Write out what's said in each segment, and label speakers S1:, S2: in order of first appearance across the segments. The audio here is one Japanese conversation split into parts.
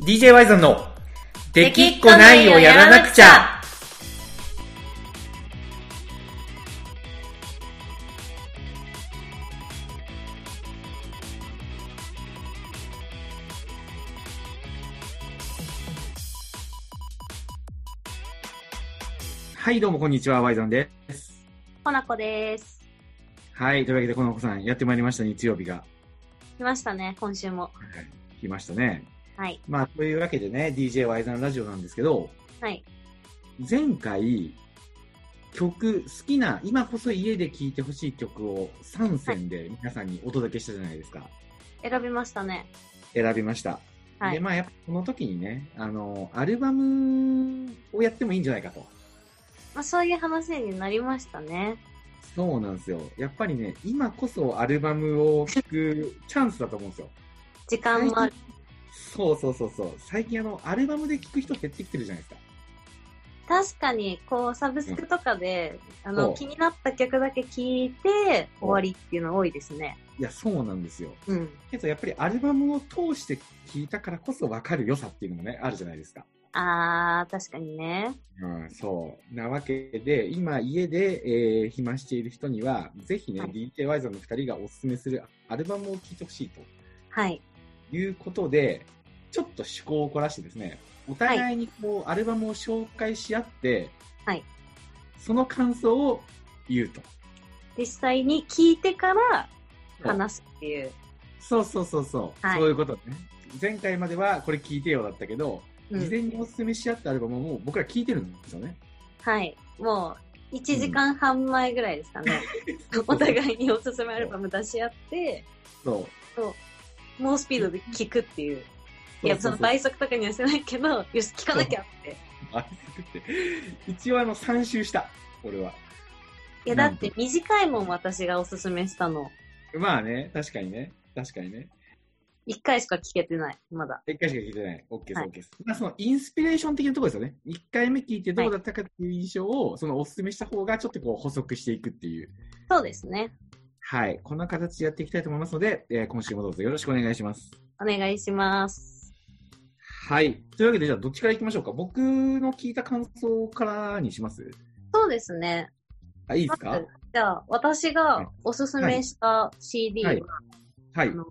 S1: DJ ワイザンの、できっこないをやらなくちゃ。はい、どうもこんにちは、ワイザンです。
S2: ほなこです。
S1: はい、というわけで、このお子さん、やってまいりました、日曜日が。
S2: 来ましたね、今週も。
S1: 来ましたね。
S2: はい。
S1: まあ、というわけでね、DJ ワイザンラジオなんですけど、
S2: はい。
S1: 前回、曲、好きな、今こそ家で聴いてほしい曲を3選で皆さんにお届けしたじゃないですか。
S2: 選びましたね。
S1: 選びました。
S2: は
S1: で、
S2: い。
S1: まあ、やっぱこの時にね、あの、アルバムをやってもいいんじゃないかと。
S2: まあ、そういう話になりましたね。
S1: そうなんですよ。やっぱりね、今こそアルバムを聴くチャンスだと思うんですよ。
S2: 時間もある。
S1: そうそうそうそう。最近あの、アルバムで聴く人減ってきてるじゃないですか。
S2: 確かに、こう、サブスクとかで、あ
S1: そ
S2: の、
S1: う
S2: 気になった曲だけ聞いて、終わりっていうの多いですね。
S1: いや、そうなんですよ。
S2: うん。
S1: けどやっぱりアルバムを通して聴いたからこそ分かる良さっていうのもね、あるじゃないですか。
S2: あー、確かにね。
S1: うん、そう。なわけで、今家で、えー暇している人には、ぜひね、
S2: はい
S1: DJ ワイザーの2人がおすすめするアルバムを聴いてほしい
S2: はい。
S1: ということで、ちょっと趣向を凝らしてですね、お互いにこう、アルバムを紹介し合って、
S2: はい
S1: その感想を言うと。
S2: 実際に聞いてから話すっていう。
S1: そうそうそうそう、
S2: はい
S1: そういうことね。前回まではこれ聞いてよだったけど、
S2: う
S1: 事
S2: ん。
S1: 前におすすめし合ったアルバムをもう僕ら聞いてるんですよね。
S2: はい。もう、1時間半前ぐらいですかね。 お互いにおすすめアルバム出し合って、
S1: そう。
S2: 猛スピードで聞くっていう。い
S1: そ
S2: や、その
S1: うそうそう
S2: 倍速とかにはしてないけど、 よし、聞かなきゃって。
S1: あ作って一応あの3周した俺はい
S2: や、だって短いもん私がおすすめしたの。
S1: まあね確かにね確かにね
S2: 一回しか聞けてない、まだ。
S1: 一回しか聞いてない OK です、
S2: はい
S1: OK ですまあそのインスピレーション的なところですよね1回目聞いてどうだったかっていう印象を、そのおすすめした方がちょっとこう補足していくっていう
S2: そうですね。
S1: はいこんな形でやっていきたいと思いますので、えー今週もどうぞよろしくお願いします
S2: お願いします。
S1: はいというわけでじゃあどっちからいきましょうか僕の聞いた感想からにします
S2: そうですね。
S1: あいいです
S2: ま
S1: か
S2: ずじゃあ、私がおすすめした CD は、
S1: はいはい
S2: あの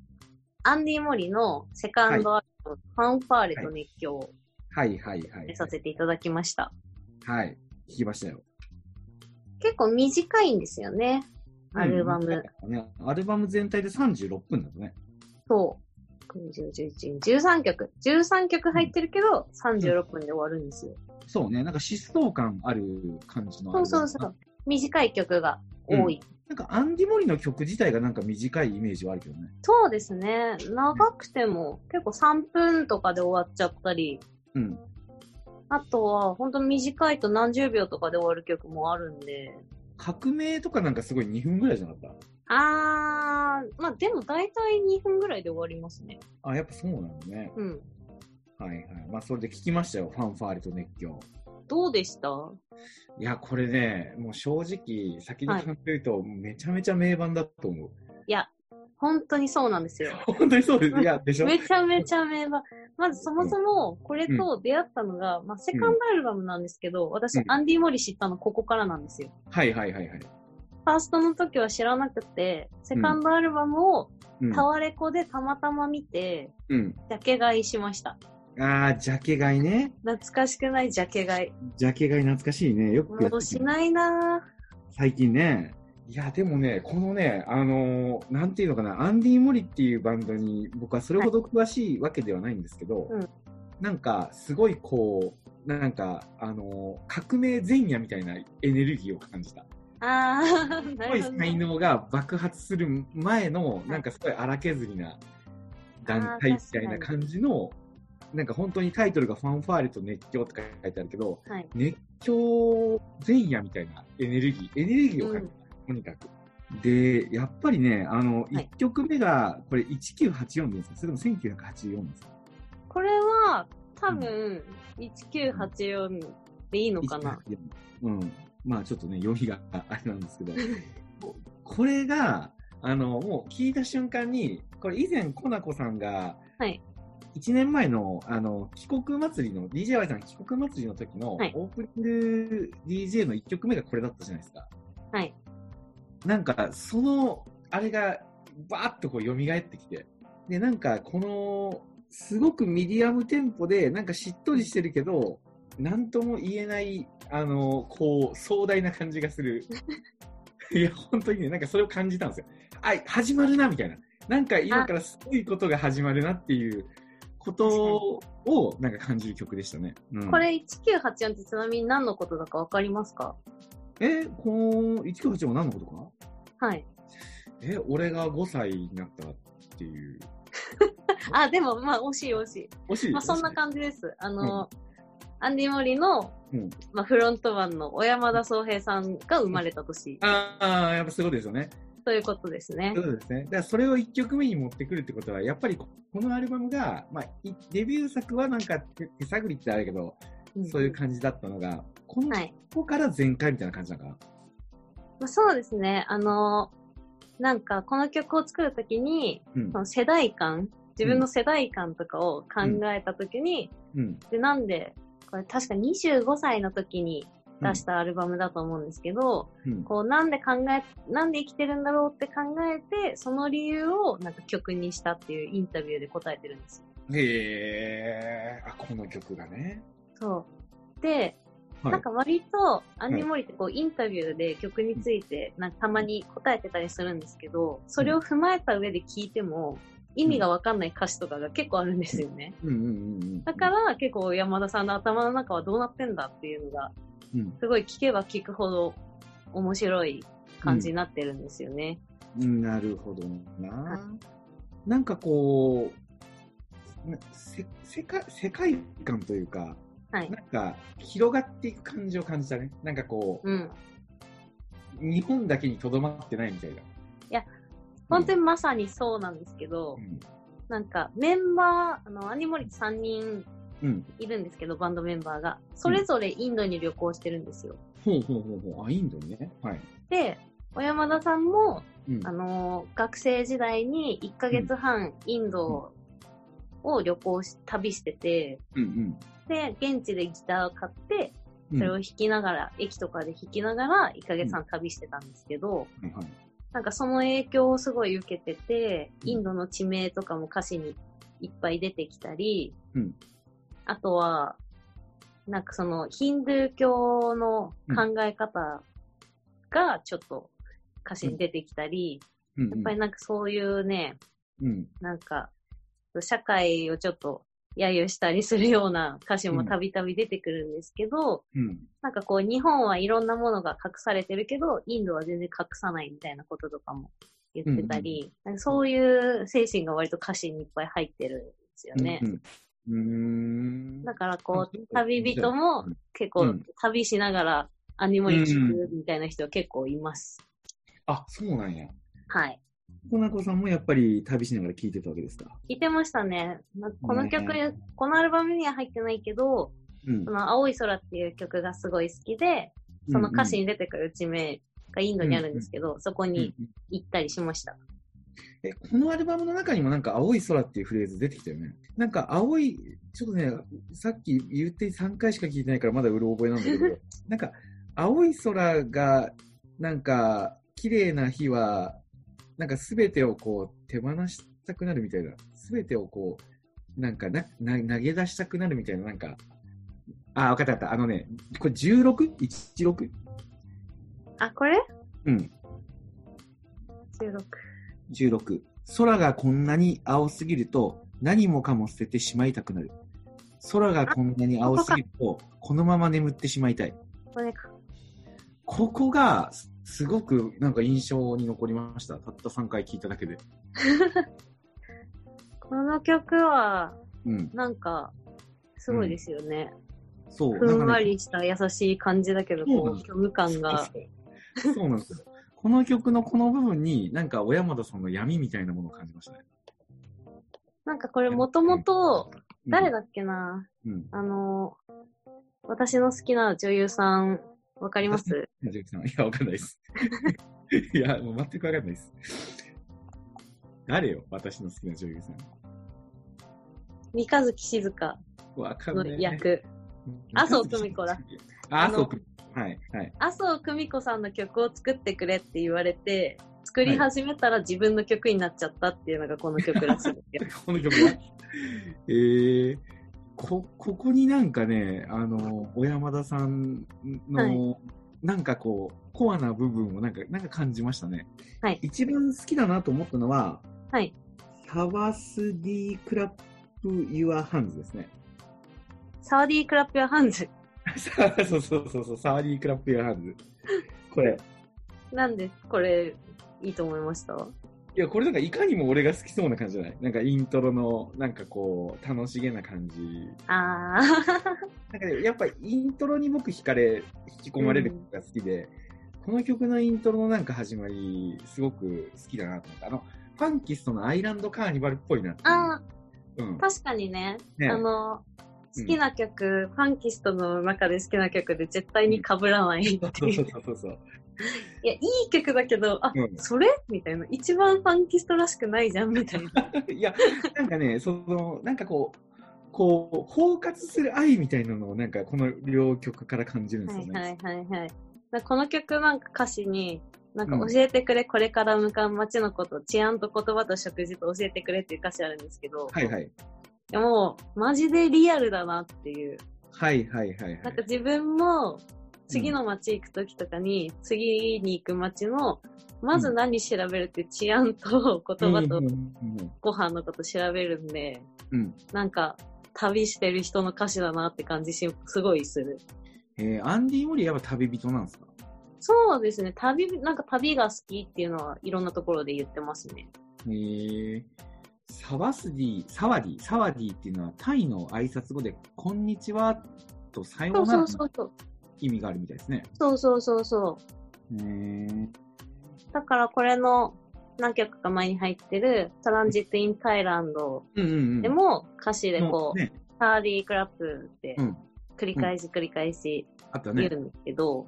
S2: アンディ・モリのセカンドアルバム、ファンファーレと熱狂を
S1: はいはいはい
S2: させていただきました。
S1: はい聞きましたよ
S2: 結構短いんですよね、アルバム。
S1: うんね、アルバム全体で36分だとね。
S2: そう。10 11 13曲。13曲入ってるけど、36分で終わるんですよ。
S1: そうね、なんか疾走感ある感じの
S2: そうそうそ
S1: アルバム
S2: う。短い曲が多い。
S1: なんかアンディ・モリの曲自体がなんか短いイメージはあるけどね。
S2: そうですね。長くても結構3分とかで終わっちゃったり、
S1: うん。
S2: あとは本当短いと何十秒とかで終わる曲もあるんで。
S1: 革命とかなんかすごい2分ぐらいじゃなかっ
S2: あー、まあでも大体2分ぐらいで終わりますね。
S1: たあ、やっぱそうなんだね。
S2: うん。
S1: はいはい。まあそれで聞きましたよ。ファンファーレと熱狂。
S2: どうでした
S1: いや、これね、もう正直、先に考えると、めちゃめちゃ名盤だと思う。
S2: いや、本当にそうなんですよ。
S1: 本当にそうです。いや、でしょ
S2: めちゃめちゃ名盤。まずそもそも、これと出会ったのが、まあ、セカンドアルバムなんですけど、
S1: う、
S2: 私
S1: ん
S2: アンディ・モリ知ったのここからなんですよ。
S1: はいはいはいはい。
S2: ファーストの時は知らなくて、セカンドアルバムを
S1: うん
S2: タワレコでたまたま見て、
S1: う
S2: ジャケ買いしました。
S1: ん。ああ、ジャケ買いね。
S2: 懐かしくないジャケ買い。
S1: ジャケ買い懐かしいね。よくやって
S2: 戻
S1: る
S2: しないなぁ。
S1: 最近ね。いや、でもね、このね、あのーなんていうのかな、アンディ・モリっていうバンドに、僕はそれほど詳しいわけではないんですけど、
S2: うん
S1: なんか、すごいこう、なんか、あのー革命前夜みたいなエネルギーを感じた。
S2: あー、
S1: す
S2: な
S1: ごい
S2: るほど
S1: 才
S2: ね。
S1: 能が爆発する前の、
S2: い
S1: なんかすごい荒削りな団
S2: あー
S1: 体みたいな
S2: 確か
S1: 感じの、なんか本当にタイトルがファンファーレと熱狂って書いてあるけど、
S2: はい
S1: 熱狂前夜みたいなエネルギー、エネルギーを感じた。とにかく。で、やっぱりね、あの、
S2: はい
S1: 1曲目が、これ1984ですかそれとも1984ですか
S2: これは、多分、1984でいいのかな。
S1: 1984うん。まあちょっとね、読みがあれなんですけ ど、ここれが、あの、もう聞いた瞬間に、これ以前、コナコさんが、
S2: はい
S1: 1年前の、あの、帰国祭りの、DJY さん帰国祭りの時の、オ
S2: はい
S1: ープニング DJ の1曲目がこれだったじゃないですか。
S2: はい。
S1: なんか、その、あれが、バーッとこう、蘇ってきて。で、なんか、この、すごくミディアムテンポで、なんかしっとりしてるけど、なんとも言えない、あの、こう、壮大な感じがす る。いや、本当にね、なんかそれを感じたんですよ。あ、始まるな、みたいな。なんか今からすごいことが始まるなっていうことを、なんか感じる曲でしたね。うん、
S2: これ1984ってちなみに何のことだかわかりますか
S1: え、この198も何のことか
S2: はい。
S1: え、俺が5歳になったっていう。
S2: あ、でもまあ惜しい惜し
S1: 惜しい。
S2: い。まあそんな感じです。あの、アンディ・モリの、
S1: うん
S2: まあ、フロントマンの小山田宗平さんが生まれた年
S1: ああ、やっぱそういうことですよね。
S2: ということですね
S1: そ。うですね。だからそれを1曲目に持ってくるってことは、やっぱりこのアルバムが、まあ、いデビュー作はなんか手手探りってあるけど、そういう感じだったのが、この
S2: はい
S1: ここから全開みたいな感じなのか
S2: まあ、そうですね。あの、なんかこの曲を作るときに、そ
S1: な。
S2: の世代間、自分の世代間とかを考えたときに、
S1: うん。うん。
S2: で、なんで、これ確か25歳の時に出したアルバムだと思うんですけど、
S1: うん。
S2: こうなんで考え、なんで生きてるんだろうって考えて、その理由をなんか曲にしたっていうインタビューで答えてるんですよ。
S1: へえー、あ、この曲がね。
S2: そう。で、
S1: はい。
S2: なんか割と、アンディ・モリってこう、インタビューで曲について、なんかたまに答えてたりするんですけど、それを踏まえた上で聞いても、意味がわかんない歌詞とかが結構あるんですよね。
S1: うんうんうんうん。
S2: だか、ら結構山田さんの頭の中はどうなってんだっていうのが、
S1: うん。
S2: すごい聞けば聞くほど面白い感じになってるんですよね。
S1: なるほどな。なんかこう、なせ世界世界観というか、
S2: はい
S1: なんか広がっていく感じを感じたね。なんかこう、
S2: うん。
S1: 日本だけにとどまってないみたいな。い
S2: や、本当にまさにそうなんですけど、
S1: うん。
S2: なんかメンバー、あの、アニモリって3人
S1: うん。
S2: いるんですけど、バンドメンバーが。それぞれインドに旅行してるんですよ。
S1: ほうほうほうほう。あ、インドにね。はい。
S2: で、小山田さんも、
S1: うん
S2: あ。のー学生時代に1ヶ月半インドを旅行し、旅してて、
S1: うん
S2: で、現地でギターを買って、
S1: うん。
S2: それを
S1: は
S2: 弾きながら、駅とかで弾きながら1ヶ月半旅してたんですけど、
S1: いはい。
S2: なんかその影響をすごい受けてて、
S1: うん
S2: インドの地名とかも歌詞にいっぱい出てきたり、
S1: うん
S2: あとは、なんかそのヒンドゥー教の考え方がちょっと歌詞に出てきたり、
S1: うん
S2: やっぱり
S1: り、
S2: なんかそういうね、
S1: うん。
S2: なんか社会をちょっと揶揄したりするような歌詞もたびたび出てくるんですけど、
S1: うん。
S2: なんかこう日本はいろんなものが隠されてるけど、インドは全然隠さないみたいなこととかも言ってたり、なんかそういう精神が割と歌詞にいっぱい入ってるんですよね。
S1: うん。うん。
S2: だ
S1: か
S2: からこ
S1: うん
S2: う、旅人も結
S1: う
S2: 構
S1: ん
S2: 旅しながらアニモリ聞くみたいな人結構います。
S1: あ、そうなんや。
S2: はい。
S1: コナコさんもやっぱり旅しながら聴いてたわけですか
S2: 聞いてましたね。まこの曲、
S1: ね
S2: このアルバムには入ってないけど、
S1: うん
S2: そ。の青い空っていう曲がすごい好きで、その歌詞に出てくる地名がインドにあるんですけど、そこ
S1: うんうん
S2: に行ったりしました。
S1: え、このアルバムの中にもなんか青い空っていうフレーズ出てきたよね。なんか青い、ちょっとね、さっき言って3回しか聞いてないからまだうる覚えなんだけど、なんか青い空が、なんか綺麗な日は、なんか全てをこう手放したくなるみたいな、全てをこう、なんかなな投げ出したくなるみたいな、なんか、あ、わかったわかった。あのね、これ 16?16?
S2: あ、これ
S1: うん。
S2: 収録。
S1: 16空がこんなに青すぎると何もかも捨ててしまいたくなる空がこんなに青すぎるとこのまま眠ってしまいたい
S2: これか。
S1: ここがすすごくなんか印象に残りましたたった3回聞いただけで
S2: この曲は、
S1: うん
S2: なんか、すごいですよね。
S1: そう
S2: ふんわ
S1: なんかね
S2: りした優しい感じだけど、
S1: そう
S2: こう、虚無感が。
S1: そうそうなんですよこの曲のこの部分になんか小山田さんの闇みたいなものを感じましたね
S2: なんかこれもともと、誰だっけな、
S1: うん
S2: あの、私の好きな女優さん、わかります
S1: ジェイクさんいやわかんないです いやもう全くわかんないです誰よ私の好きな女優さん
S2: 三日月静香
S1: わかん
S2: の
S1: ない。
S2: 役。麻生久美子だ。
S1: 麻
S2: あの
S1: 生久美子。はい、はい。
S2: 麻生久美子さんの曲を作ってくれって言われて、作り始めたら自分の曲になっちゃったっていうのがこの曲らしい んですよ。
S1: この曲ね。えー、こ、ここになんかね、あの、小山田さんの、なんかこう、コアな部分をなんか、なんか感じましたね。
S2: はい
S1: 一番好きだなと思ったのは、
S2: はい。
S1: タワスディクラップユアハンズです ね。
S2: サワディークラップやハンズ
S1: そうそうそうそう、サワディークラップユアハンズ。これ。
S2: なんでこれいいと思いました
S1: いや、これなんかいかにも俺が好きそうな感じじゃないなんかイントロの、なんかこう、楽しげな感じ
S2: あ ー。
S1: なんかねやっぱイントロに僕惹かれ、引き込まれる曲が好きで、この曲のイントロのなんか始まり、すごく好きだなと思った。あの、ファンキストのアイランドカーニバルっぽいなっていう。
S2: あ
S1: うん
S2: ー、。確かにね。
S1: ね
S2: あの、好きな曲、ファンキストの中で好きな曲で絶対に被らないって
S1: そう
S2: い
S1: そうう。そうそう。
S2: いや、いい曲だけど、あ、
S1: うん
S2: それみたいな。一番ファンキストらしくないじゃんみた いな。
S1: いや、なんかね、その、なんかこう、こう、包括する愛みたいなのをなんかこの両曲から感じるんで
S2: は
S1: すよ
S2: い
S1: ね。
S2: はいはいはい。だこの曲なんか歌詞に、なんか教えてくれ、これから向かう街のこと、治安と言葉と食事と教えてくれっていう歌詞あるんですけど、
S1: はいはい。
S2: でもう、マジでリアルだなっていう。
S1: はいはいはいはい。
S2: なんか自分も、次の街行くときとかに、次に行く街の、まず何調べるって治安と言葉と
S1: うんうん
S2: ご飯のこと調べるんで、
S1: うんうん。
S2: なんか、旅してる人の歌詞だなって感じし、すごいする。
S1: えーアンディ・モリーはやっぱ旅人なんですか
S2: そうですね。旅、なんか旅が好きっていうのはいろんなところで言ってますね。
S1: へーサワスディ、サワディ、サワディっていうのはタイの挨拶語で、こんにちはとさよ
S2: そう
S1: な
S2: うそ
S1: ら
S2: うそうそう。
S1: 意味があるみたいですね。
S2: そうそうそうそう。
S1: へー
S2: だからこれの何曲か前に入ってるトランジット・イン・タイランド
S1: うんうんうん。
S2: でも歌詞で
S1: も
S2: こ
S1: う
S2: う、
S1: ね、
S2: ターリー・クラップって
S1: うん
S2: 繰り返し繰り返し
S1: あった
S2: 言
S1: ね。
S2: うんですけど、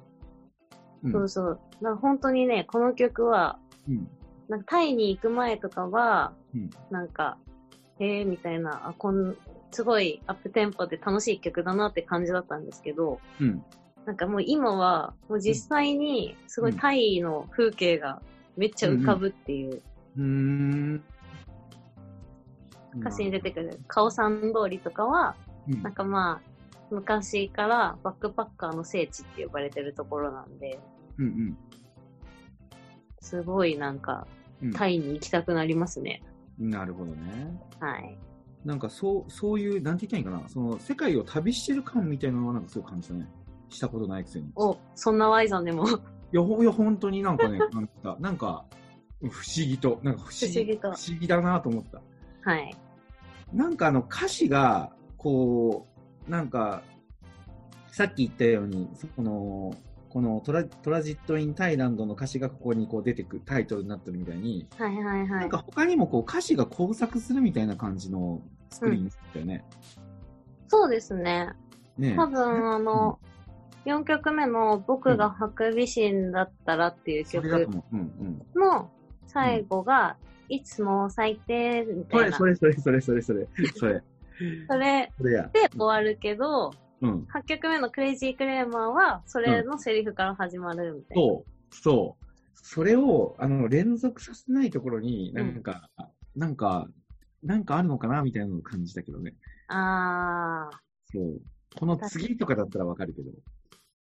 S1: うん
S2: そうそう。なんか本当にね、この曲は、
S1: うん
S2: なんかタイに行く前とかは、
S1: うん
S2: なんか、へえみたいな、あこんすごいアップテンポで楽しい曲だなって感じだったんですけど、
S1: うん
S2: なんかもう今は、もう実際にすごいタイの風景がめっちゃ浮かぶっていう、
S1: うーん。
S2: 歌詞に出てくる、カオさん通りとかは、
S1: うん
S2: なんかまあ、昔からバックパッカーの聖地って呼ばれてるところなんで、
S1: うんうん
S2: すごいなんか、
S1: うん
S2: タイに行きたくなりますね。
S1: なるほどね。
S2: はい。
S1: なんかそう、そういう、なんて言ったらいいかな、その世界を旅してる感みたいなのはなんかすごい感じたね。したことないくせに。
S2: お、そんなワイザンでも 不
S1: いや、ほいや本当になん かね、感じた。なんか、うん不思議と、なんか不思
S2: 不思
S1: 議、
S2: 議
S1: 不
S2: と
S1: 思議だなと思った。
S2: はい。
S1: なんかあの歌詞が、こう、なんか、さっき言ったように、その、このトラトラジット・イン・タイランドの歌詞がここにこう出てくるタイトルになってるみたいに、
S2: はいはいは
S1: ないん。か他にもこう歌詞が工作するみたいな感じの作りになったよね。
S2: そうですね。
S1: ねえ
S2: 多分あの、4曲目の僕がハクビシンだったらっていう
S1: そ
S2: 曲
S1: れだと思う。うんうん。
S2: の最後が、いつも最低み
S1: そ
S2: たい
S1: れ、
S2: な。
S1: それ、それ、それ、それ、それ、そ れ、
S2: それ
S1: それや。
S2: で終わるけど、
S1: うん。
S2: 8曲目のクレイジークレーマーは、それのセリフから始まるみたいな。
S1: そう、そう。それを、あの、連続させないところに、なんか、なんか、なんかあるのかなみたいなのを感じたけどね。
S2: あー、
S1: そう。この次とかだったらわかるけど、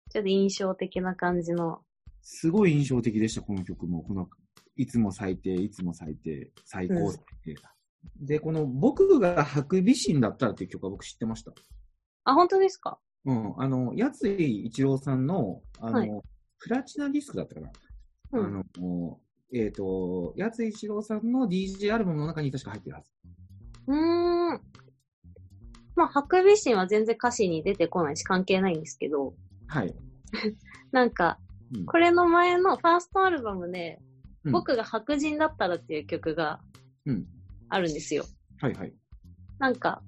S2: ちょっと印象的な感じの。
S1: すごい印象的でした、この曲も。この、いつも最低、いつも最低、最高最低。で、この、僕がハクビシンだったらっていう曲は僕知ってました。
S2: あ、本当ですか
S1: うん。あの、やつい一郎さんの、あの、
S2: はい
S1: プラチナディスクだったかな。
S2: う
S1: あ
S2: ん。
S1: の、もうえっ、と、やついちろうさんの DJ アルバムの中に確か入ってるはず。
S2: うーん。まあ、ハクビシンは全然歌詞に出てこないし関係ないんですけど、
S1: はい。
S2: なんか
S1: うん、
S2: これの前のファーストアルバムで、
S1: うん
S2: 僕が白人だったらっていう曲が
S1: うん。
S2: あるんですよ。
S1: はいはい。
S2: なんか、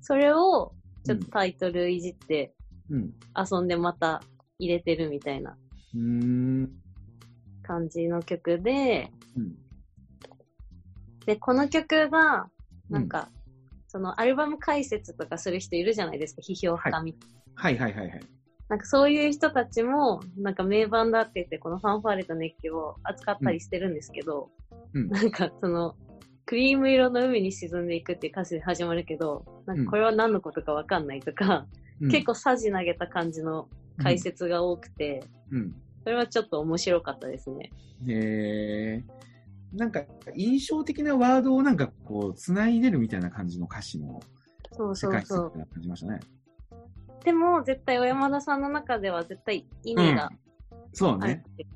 S2: それをちょっとタイトルいじって
S1: うん。
S2: 遊んでまた入れてるみたいな
S1: うーん。
S2: 感じの曲で、
S1: うん。
S2: で、この曲が、なんか、そのアルバム解説とかする人いるじゃないですか、批評家みたいな。
S1: はいはいはいはい。
S2: なんかそういう人たちも、なんか名盤だって言って、このファンファーレと熱気を扱ったりしてるんですけど、
S1: うんうん
S2: なんかその、クリーム色の海に沈んでいくっていう歌詞で始まるけど、なんかこれは何のことかわかんないとか、
S1: うん
S2: 結構さじ投げた感じの解説が多くて、
S1: うん。
S2: それはちょっと面白かったですね。
S1: へえ。なんか、印象的なワードをなんかこう、繋いでるみたいな感じの歌詞の
S2: そう
S1: 世
S2: そう
S1: 界
S2: そ
S1: 観
S2: う。
S1: 感じましたね。
S2: でも、絶対小山田さんの中では絶対意味が
S1: そう
S2: ある
S1: ね。
S2: っていう、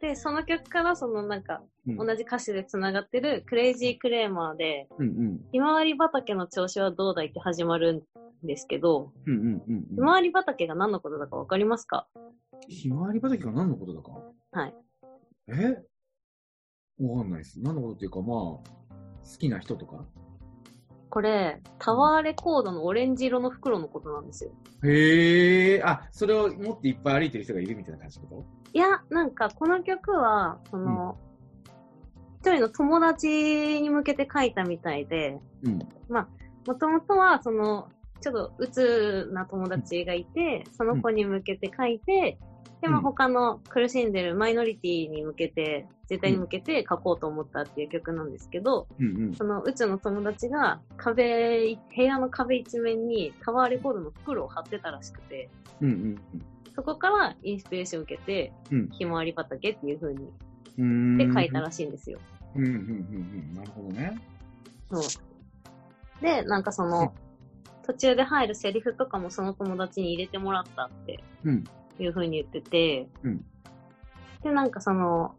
S2: で、その曲からそのなんか、
S1: うん
S2: 同じ歌詞で繋がってるクレイジークレーマーで、
S1: うんうん。
S2: ひまわり畑の調子はどうだいって始まるんですけど、
S1: うんうんうん
S2: ひ
S1: う
S2: ま
S1: ん。
S2: わり畑が何のことだかわかりますか
S1: ひまわり畑が何のことだか
S2: はい。
S1: えわかんないです。何のことっていうか、まあ、好きな人とか
S2: これ、タワーレコードのオレンジ色の袋のことなんですよ。
S1: へえ。あ、それを持っていっぱい歩いてる人がいるみたいな感じのこ
S2: いや、なんかこの曲は、その、一人の友達に向けて書いたみたいで、
S1: とうん。
S2: もともとは、その、ちょっと鬱な友達がいて、その子に向けて書いて、で、ま
S1: う
S2: あ
S1: ん
S2: 他の苦しんでるマイノリティに向けて、絶対に向けて書こうと思ったっていう曲なんですけど、
S1: うんうん。
S2: その鬱の友達が壁、部屋の壁一面にタワーレコードの袋を貼ってたらしくて、
S1: うんうん
S2: そこからインスピレーションを受けて、
S1: うん
S2: ひまわり畑っていう風に、
S1: うん。
S2: で
S1: うーん
S2: 書いたらしいんですよ。
S1: うんうんうんうん。なるほどね。
S2: そう。で、なんかその、途中で入るセリフとかもその友達に入れてもらったって
S1: うん。
S2: いう風に言ってて、
S1: うん
S2: で、なんかその、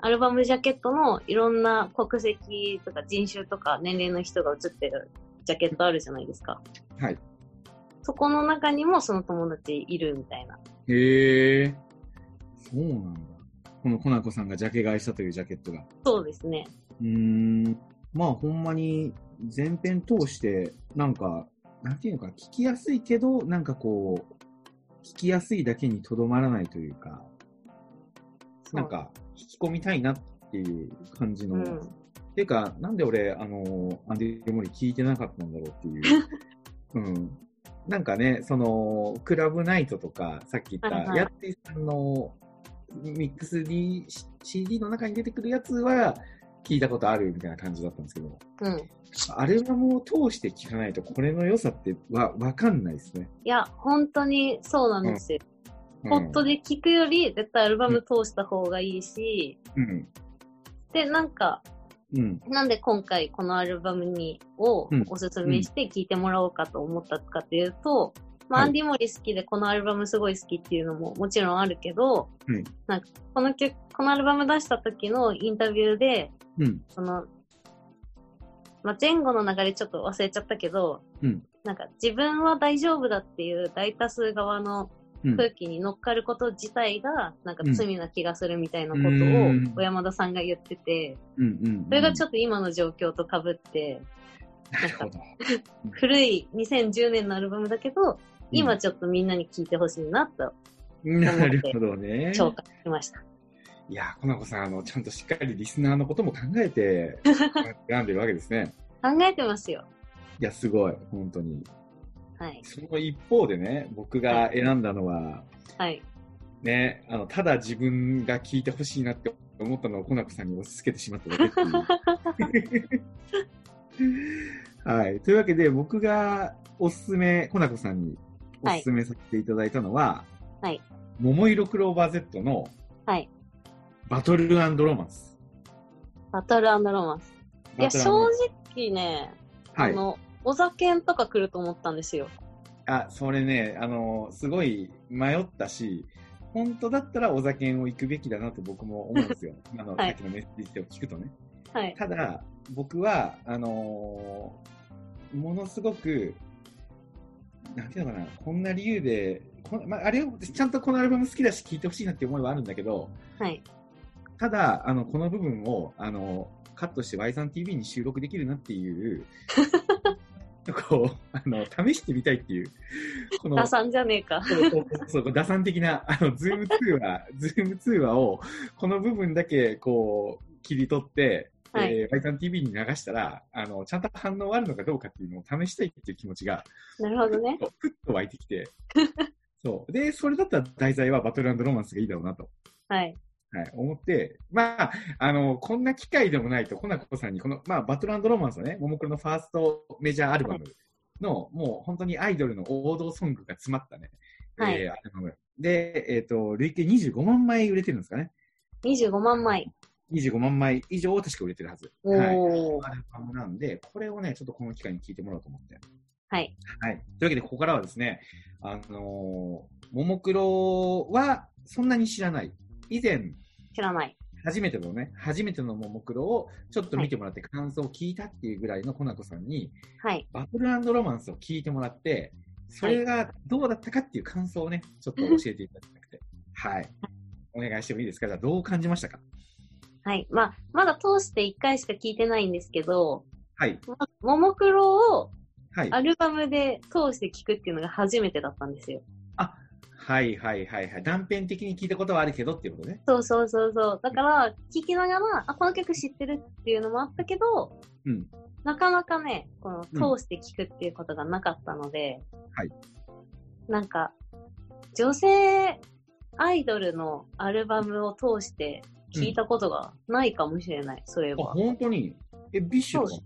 S2: アルバムジャケットのいろんな国籍とか人種とか年齢の人が写ってるジャケットあるじゃないですか。
S1: はい。
S2: そこの中にもその友達いるみたいな。
S1: へえ。そうなんだ。このコナコさんがジャケ買いしたというジャケットが。
S2: そうですね。
S1: うーん。まあほんまに前編通して、なんか、なんていうのか、聞きやすいけど、なんかこう、聞きやすいだけにとどまらないというか、
S2: そう
S1: なん、か、引き込みたいなっていう感じの、
S2: う
S1: っ
S2: ん。
S1: ていうか、なんで俺、あの、アンディ・モリ聞いてなかったんだろうって いう。うん。なんかね、その、クラブナイトとか、さっき言った、
S2: はいはい
S1: やってさんの、ミックス D、CD の中に出てくるやつは、聞いたことあるみたいな感じだったんですけど、
S2: うん。い
S1: アルバムを通して聞かないと、これの良さってわ、わかんないですね。
S2: や、本当にそうなんですよ。
S1: うん
S2: ポットで聴くより絶対アルバム通した方がいいし、
S1: うん。
S2: で、なんか、
S1: うん。
S2: なんで今回このアルバムにを
S1: うん
S2: おすすめして聴いてもらおうかと思ったかというと、まあ、
S1: はい
S2: アンディ・モリ好きでこのアルバムすごい好きっていうのももちろんあるけど、
S1: はい
S2: なんかこの曲、このアルバム出した時のインタビューで、
S1: うん。
S2: その、まあ、前後の流れちょっと忘れちゃったけど、
S1: うん
S2: なんか自分は大丈夫だっていう大多数側の
S1: うん。
S2: 空気に乗っかること自体がなんか罪な気がするみたいなことを
S1: うん
S2: 小山田さんが言ってて、
S1: うん。うん。
S2: それがちょ
S1: っ
S2: っと今の状況と被って、
S1: と、なるほど。
S2: 古い2010年のアルバムだけど、今ちょっとみんなに聴いてほしいなと
S1: うん、なるほどね。
S2: 紹介しました。
S1: いやー、コナコさん、あの、ちゃんとしっかりリスナーのことも考え て、選んでるわけですね。
S2: 考えてますよ。
S1: いや、すごい、本当に。
S2: はい。
S1: その一方でね、僕が選んだのは、
S2: はい。
S1: ね、あの、ただ自分が聞いてほしいなって思ったのをコナコさんに押し付けてしまっただけって いう。はい。というわけで、僕がおすすめ、コナコさんにおすすめさせていただいたのは、
S2: はい。
S1: 桃色クローバー Z の
S2: はい。
S1: バトルロマンス。
S2: バトルロマンス。いや、
S1: バトル
S2: 正直ね、
S1: は
S2: あ
S1: い。
S2: の、お酒んとか来ると思ったんですよ。
S1: あ、それね、あの、すごい迷ったし、本当だったらお酒を行くべきだなと僕も思うんですよ。あの、
S2: はい
S1: さっきのメッセージを聞くとね。
S2: はい。
S1: ただ、僕は、あのーものすごく、なんていうのかな、こんな理由で、こんまあ、あれを、ちゃんとこのアルバム好きだし聴いてほしいなっていう思いはあるんだけど、
S2: はい。
S1: ただ、あの、この部分を、あの、カットして Y3TV に収録できるなって いう、こう、あの、試してみたいっていう、この
S2: 打算じゃねえか。
S1: そうそうそうそう、打算的な、あの、ズーム通話、ズーム通話を、この部分だけ、こう、切り取って、
S2: はい
S1: えー、バイタン TV に流したらあの、ちゃんと反応あるのかどうかっていうのを試したいっていう気持ちが、
S2: なるほどね。
S1: ふっとふっと湧いてき て、そう。で、それだったら題材はバトルロマンスがいいだろうなと、
S2: はい。
S1: はい、思って、まあ、あの、こんな機会でもないと、コナコさんに、この、まあ、バトルロマンスはね、ももクロのファーストメジャーアルバムの、もう本当にアイドルの王道ソングが詰まったね、
S2: はい
S1: えーアルバム。で、えっ、と、累計25万枚売れてるんですかね。
S2: 25万枚。
S1: 25万枚以上確か売れてるはず。
S2: お
S1: はい。
S2: ー。
S1: アルバムなんで、これをね、ちょっとこの機会に聞いてもらおうと思って。
S2: はい。
S1: はい。というわけで、ここからはですね、あのーももクロはそんなに知らない。以前、
S2: 知らない。
S1: 初めてのね、初めてのももクロをちょっと見てもらって感想を聞いたっていうぐらいのコナコさんに、
S2: はい。
S1: バトルロマンスを聞いてもらって、それがどうだったかっていう感想をね、ちょっと教えていただきたくて。はい。お願いしてもいいですかじゃあ、どう感じましたか
S2: はい。まあ、まだ通して1回しか聞いてないんですけど、
S1: はい。
S2: まももクロを
S1: はい。
S2: アルバムで通して聞くっていうのが初めてだったんですよ。
S1: あ、はいはいはいはい。断片的に聞いたことはあるけどっていうことね。
S2: そうそうそうそう。だから、聞きながら、あ、この曲知ってるっていうのもあったけど、
S1: うん。
S2: なかなかね、こ
S1: う
S2: の通して聞くっていうことがなかったので、
S1: はい。
S2: なんか、女性アイドルのアルバムを通して聞いたことがないかもしれない、そういえ
S1: あ、
S2: ば。
S1: 本当にえ、ビッシュとか
S2: そう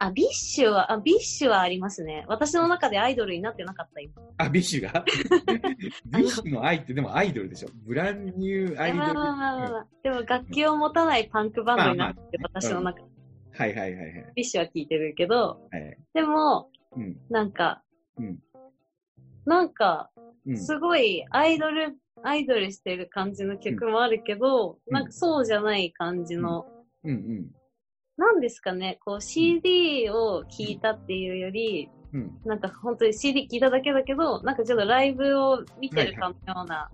S2: あ、ビッシュは、あ、ビッシュはありますね。私の中でアイドルになってなかった、今。
S1: あ、ビッシュ がビッシュの愛ってでもアイドルでしょ。ブランニューアイドル。
S2: まあまあまあまあまあでも楽器を持たないパンクバンドになって、私の中で
S1: はいはいはいはい。
S2: ビッシュは聴いてるけど、
S1: はい
S2: でも、
S1: うん
S2: なんか、
S1: うん
S2: なんか、
S1: うん、
S2: すごいアイドル、アイドルしてる感じの曲もあるけど、
S1: うん
S2: なんかそうじゃない感じの、
S1: うんうん
S2: なんですかね、こう CD を聴いたっていうより、
S1: うん。
S2: なんか本当に CD 聴いただけだけど、なんかちょっとライブを見てるかのような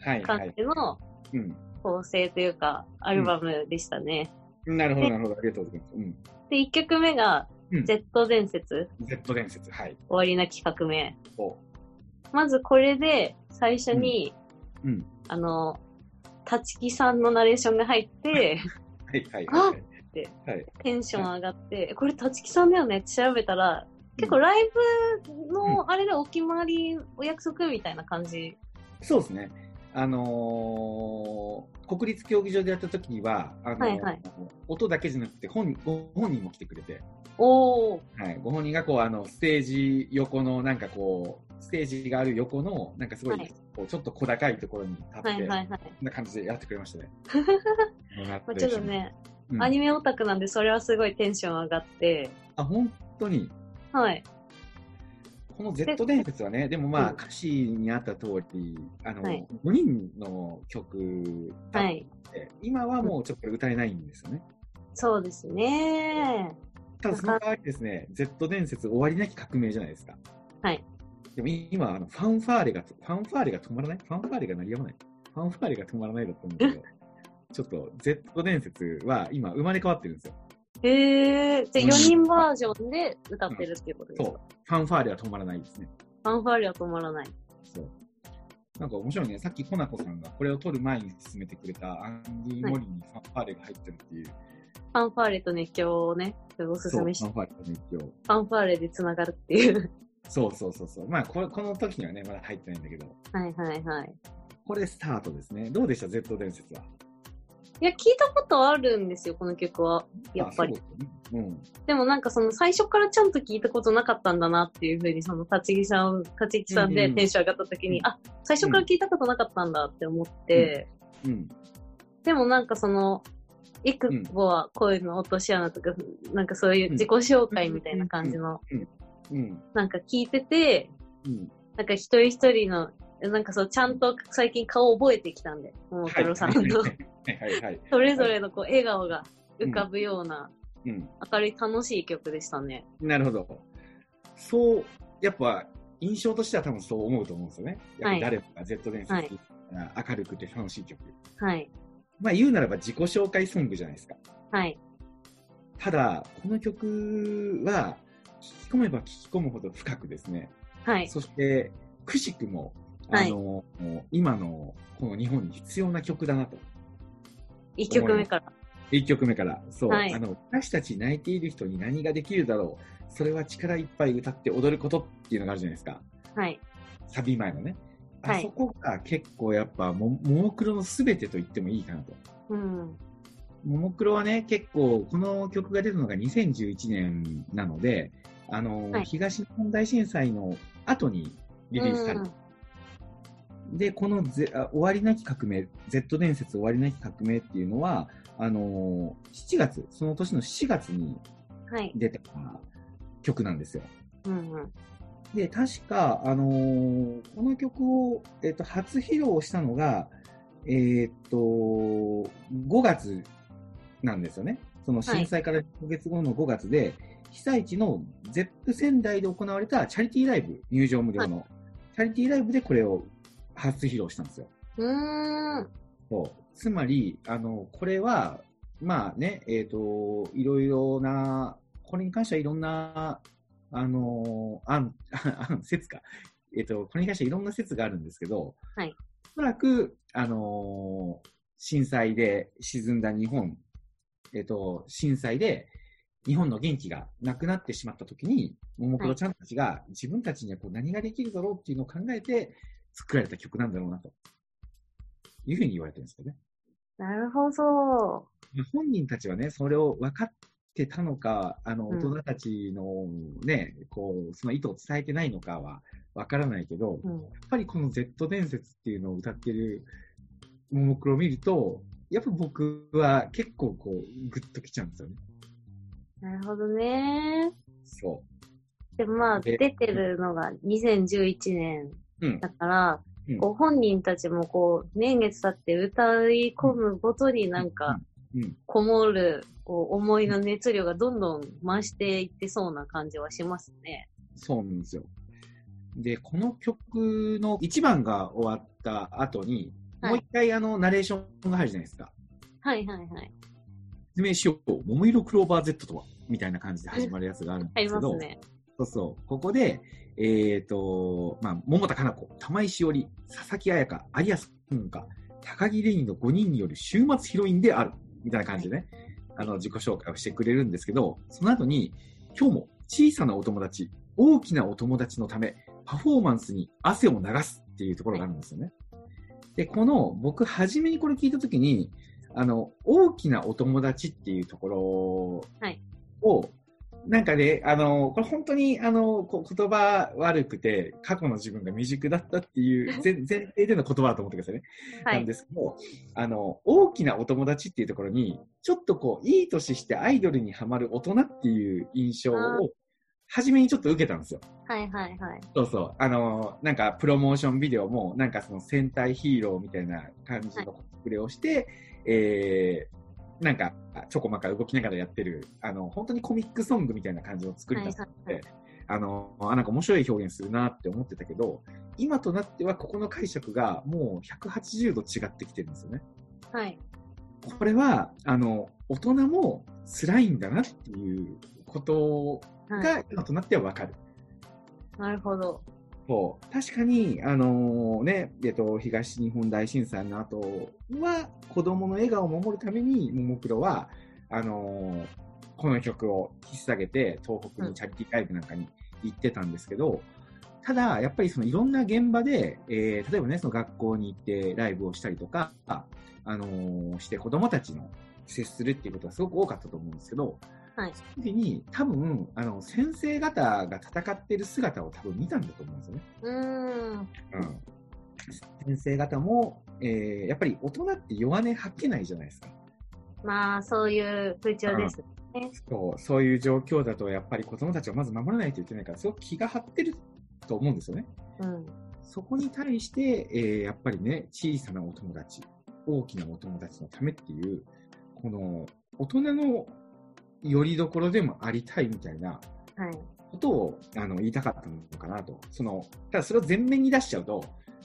S1: はいは
S2: 感
S1: い。
S2: じの
S1: うん。
S2: 構成というか、アルバムでしたね。
S1: なるほどなるほど。ありがとうございます。うん。
S2: で、1曲目が
S1: うん、
S2: Z 伝説、
S1: Z 伝説。はい。
S2: 終わりな企画名。
S1: お
S2: まずこれで最初に、
S1: うん。
S2: あの、立木さんのナレーションが入 って、
S1: はいはいはいはい。
S2: テンション上がって、えこれ立木さんだよねって調べたら、結構ライブのあれでお決まり、お約束みたいな感じ。
S1: そうですね。あのー国立競技場でやった時には、あのー
S2: はいはい
S1: 音だけじゃなくて本人、ご本人も来てくれて、
S2: おー、
S1: はい、ご本人がこうあのステージ横のなんかこうステージがある横のなんかすごい、
S2: はい
S1: こうちょっと小高いところに立って、
S2: はいはいはい。
S1: こんな感じでやってくれましたね。
S2: まあ、ちょっとね、
S1: うん
S2: アニメオタクなんでそれはすごいテンション上がって、
S1: あ本当に
S2: はい。
S1: この Z 伝説はねでもまあ、
S2: うん
S1: 歌詞にあった通りあの、
S2: はい
S1: 5人の曲だっ
S2: は
S1: て、
S2: い。
S1: 今はもうちょっと歌えないんですよね。
S2: そうですね。
S1: ただその代わりですね、Z 伝説終わりなき革命じゃないですか。
S2: はい。
S1: でも今、あのファンファーレが、ファンファーレが止まらないファンファーレが鳴りやまないファンファーレが止まらないだったんだけど、ちょっと Z 伝説は今生まれ変わってるんですよ。
S2: へえ。で、
S1: うん
S2: 4人バージョンで歌ってるっていうことです
S1: そ
S2: か、
S1: う。ファンファーレは止まらないですね。
S2: ファンファーレは止まらない。
S1: そう。なんか面白いね。さっきコナコさんがこれを撮る前に進めてくれたアンディ・モリにファンファーレが入ってるっていう。
S2: ファンファーレと熱狂をね、おすすめし
S1: そ
S2: て、
S1: う、ファンファーレの熱狂。
S2: ファンファーレで繋がるっていう。
S1: そうそうそうそう。まあこれ、この時にはね、まだ入ってないんだけど、
S2: はいはいはい。
S1: これスタートですね。どうでした ?Z 伝説は。
S2: いや、聞いたことあるんですよ、この曲は。やっぱり
S1: あ。。そうですよねうん。
S2: でもなんかその最初からちゃんと聞いたことなかったんだなっていうふうに、その立木さん、立木さん
S1: うん
S2: で
S1: うん
S2: テンション上がった時に、
S1: うん
S2: あ、最初から聞いたことなかったんだって思って、
S1: うん。
S2: でもなんかその、いくぼは声の落とし穴とか、なんかそういう自己紹介みたいな感じの、
S1: うん。
S2: なんか聞いてて、
S1: うん。
S2: なんか一人一人の、なんかそう、ちゃんと最近顔覚えてきたんで、ももクロさんの
S1: は。いはいはい。
S2: それぞれのこう、笑顔が浮かぶような、
S1: うん。
S2: 明るい楽しい曲でしたね。
S1: なるほど。そう、やっぱ、印象としては多分そう思うと思うんですよね。やっ
S2: は
S1: ぱ
S2: い
S1: 誰もが Z 伝説聞いたら明るくて楽しい曲。
S2: はい。
S1: まあ言うならば自己紹介ソングじゃないですか。
S2: はい。
S1: ただ、この曲は、聞き込めば聞き込むほど深くですね。
S2: はい。
S1: そして、くしくも、あ
S2: はい
S1: の、もう今のこの日本に必要な曲だなと。
S2: 一曲目から。
S1: 1曲目から。そう、
S2: はい
S1: あの、私たち泣いている人に何ができるだろう。それは力いっぱい歌って踊ることっていうのがあるじゃないですか。
S2: はい。
S1: サビ前のね。
S2: は
S1: あ
S2: い
S1: そこが結構やっぱも、ももクロの全てと言ってもいいかなと。
S2: うん。
S1: ももクロはね、結構、この曲が出たのが2011年なので、あの、
S2: はい
S1: 東日本大震災の後にリリースされた。で、このぜあ終わりなき革命、Z 伝説終わりなき革命っていうのは、あの7月、その年の7月に
S2: うんはい。
S1: 出た曲なんですよ。
S2: うんうん。
S1: で、確か、あのーこの曲を、えっと、初披露したのが、えーっと、5月なんですよね。その震災から1ヶ月後の5月で、被災地の ZEP 仙台で行われたチャリティーライブ、入場無料の、チャリティーライブでこれを初披露したんですよ。
S2: うーん。
S1: そうつまり、あの、これは、まあね、えっ、と、いろいろな、これに関してはいろんな、あの、案、 案、説か。えっ、と、これに関してはいろんな説があるんですけど、
S2: はい
S1: おそらく、あの震災で沈んだ日本、えっ、と、震災で、日本の元気がなくなってしまった時に、ももクロちゃんたちが自分たちにはこう何ができるだろうっていうのを考えて作られた曲なんだろうなと。いうふうに言われてるんですよね。
S2: なるほど。
S1: 本人たちはね、それを分かってたのか、あの、
S2: う
S1: 大
S2: ん
S1: 人たちのね、こう、その意図を伝えてないのかは分からないけど、
S2: う
S1: やっ
S2: ん。
S1: ぱりこの Z 伝説っていうのを歌ってるももクロを見ると、やっぱ僕は結構こう、グッときちゃうんですよね。
S2: なるほどね。
S1: そ
S2: でもまあ、
S1: で
S2: 出てるのが2011年
S1: う。うん。
S2: だから、
S1: うん
S2: ご本人たちもこう、年月経って歌い込むごとになんか、
S1: うん。
S2: こもるこう思いの熱量がどんどん増していってそうな感じはしますね。
S1: そうなんですよ。で、この曲の1番が終わった後に、
S2: はい
S1: もう一回あの、ナレーションが入るじゃないですか。
S2: はいはいはい。
S1: 説明しよう。桃色クローバー Z とはみたいな感じで始まるやつがあるん
S2: あ
S1: で
S2: り
S1: すけ
S2: ます
S1: ど、
S2: ね。
S1: そうそう。ここで、えっ、と、まあ、桃田かな子、玉井しおり、佐々木彩香、有安文香、高木レインの5人による週末ヒロインである。みたいな感じでね、あの、自己紹介をしてくれるんですけど、その後に、今日も小さなお友達、大きなお友達のため、パフォーマンスに汗を流すっていうところがあるんですよね。で、この、僕、初めにこれ聞いたときに、あの、大きなお友達っていうところ
S2: はい
S1: を、なんかね、あの、これ本当に、あの、こ言葉悪くて、過去の自分が未熟だったっていう 前前提での言葉だと思ってくださいね。
S2: は
S1: なん
S2: い。
S1: ですけど、あの、大きなお友達っていうところに、ちょっとこう、いい年してアイドルにはまる大人っていう印象
S2: あ
S1: を、初めにちょっと受けたんですよ。
S2: はいはいはい。
S1: そうそう。あの、なんか、プロモーションビデオも、なんかその戦隊ヒーローみたいな感じのコスプレをして、えー、なんか、ちょこまか動きながらやってる、あの、本当にコミックソングみたいな感じを作り出す
S2: はいはいは
S1: あの、あ、なんか面白い表現するなって思ってたけど、今となってはここの解釈がもう180度違ってきてるんですよね。
S2: はい。
S1: これは、あの、大人も辛いんだなっていうこと
S2: はい。
S1: が今となってはわかる。
S2: なるほど。
S1: そう確かに、あのねえっと、東日本大震災の後は子供の笑顔を守るためにももクロはあのーこの曲を引っ提げて東北のチャリティーライブなんかに行ってたんですけど、ただ、やっぱりそのいろんな現場で、えー例えばねその学校に行ってライブをしたりとか、あのーして子供たちの接するっていうことがすごく多かったと思うんですけど、
S2: はい
S1: その時に多分あの先生方が戦ってる姿を多分見たんだと思うんですよね。
S2: うーん。
S1: 先生方も、えーやっぱり大人って弱音吐けないじゃないですか。
S2: まあ、そういう風潮です。
S1: そうそういう状況だと、やっぱり子供たちをまず守らないといけないから、すごく気が張ってると思うんですよね。
S2: うん。
S1: そこに対して、えーやっぱりね、小さなお友達、大きなお友達のためっていう、この、大人の拠り所でもありたいみたいな
S2: はい。
S1: ことをあの言いたかったのかなと。その、ただそれを前面に出しちゃうと、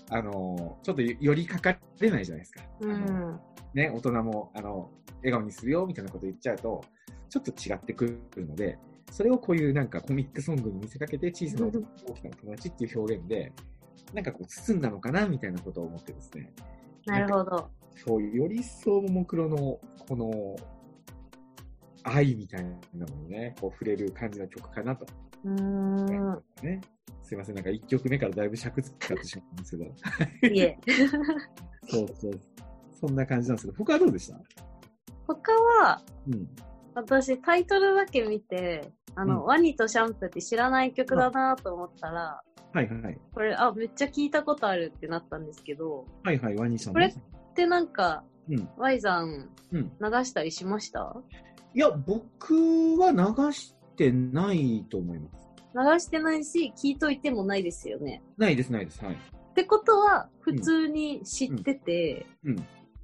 S1: あの、ちょっと寄りかかれないじゃないですか。
S2: う
S1: あの
S2: ん。
S1: ね、大人も、あの、笑顔にするよみたいなこと言っちゃうと、ちょっと違ってくるので、それをこういうなんかコミックソングに見せかけて、小さな大きな友達っていう表現で、なんかこう包んだのかなみたいなことを思ってですね、
S2: なるほど。
S1: そういうより一層ももクロの、この、愛みたいなのにね、こう触れる感じの曲かなと。
S2: うーん。
S1: ね。すいません、なんか1曲目からだいぶ尺使ってしまったんですけど。
S2: いえ。
S1: そうそう。そんな感じなんですけど、他はどうでした
S2: 他は、
S1: うん。
S2: 私タイトルだけ見て、あの、
S1: うん
S2: ワニとシャンプーって知らない曲だなと思ったら、
S1: はいはい。
S2: これ、あ、めっちゃ聞いたことあるってなったんですけど、
S1: はいはい、ワニさん
S2: こ
S1: で
S2: れ
S1: す。
S2: ってなんか、
S1: うん。
S2: Y さん
S1: うん。
S2: 流したりしました
S1: いや、僕は流してないと思います。
S2: 流してないし、聞いといてもないですよね。
S1: ないです、ないです。はい。
S2: ってことは、普通に知ってて、
S1: うん。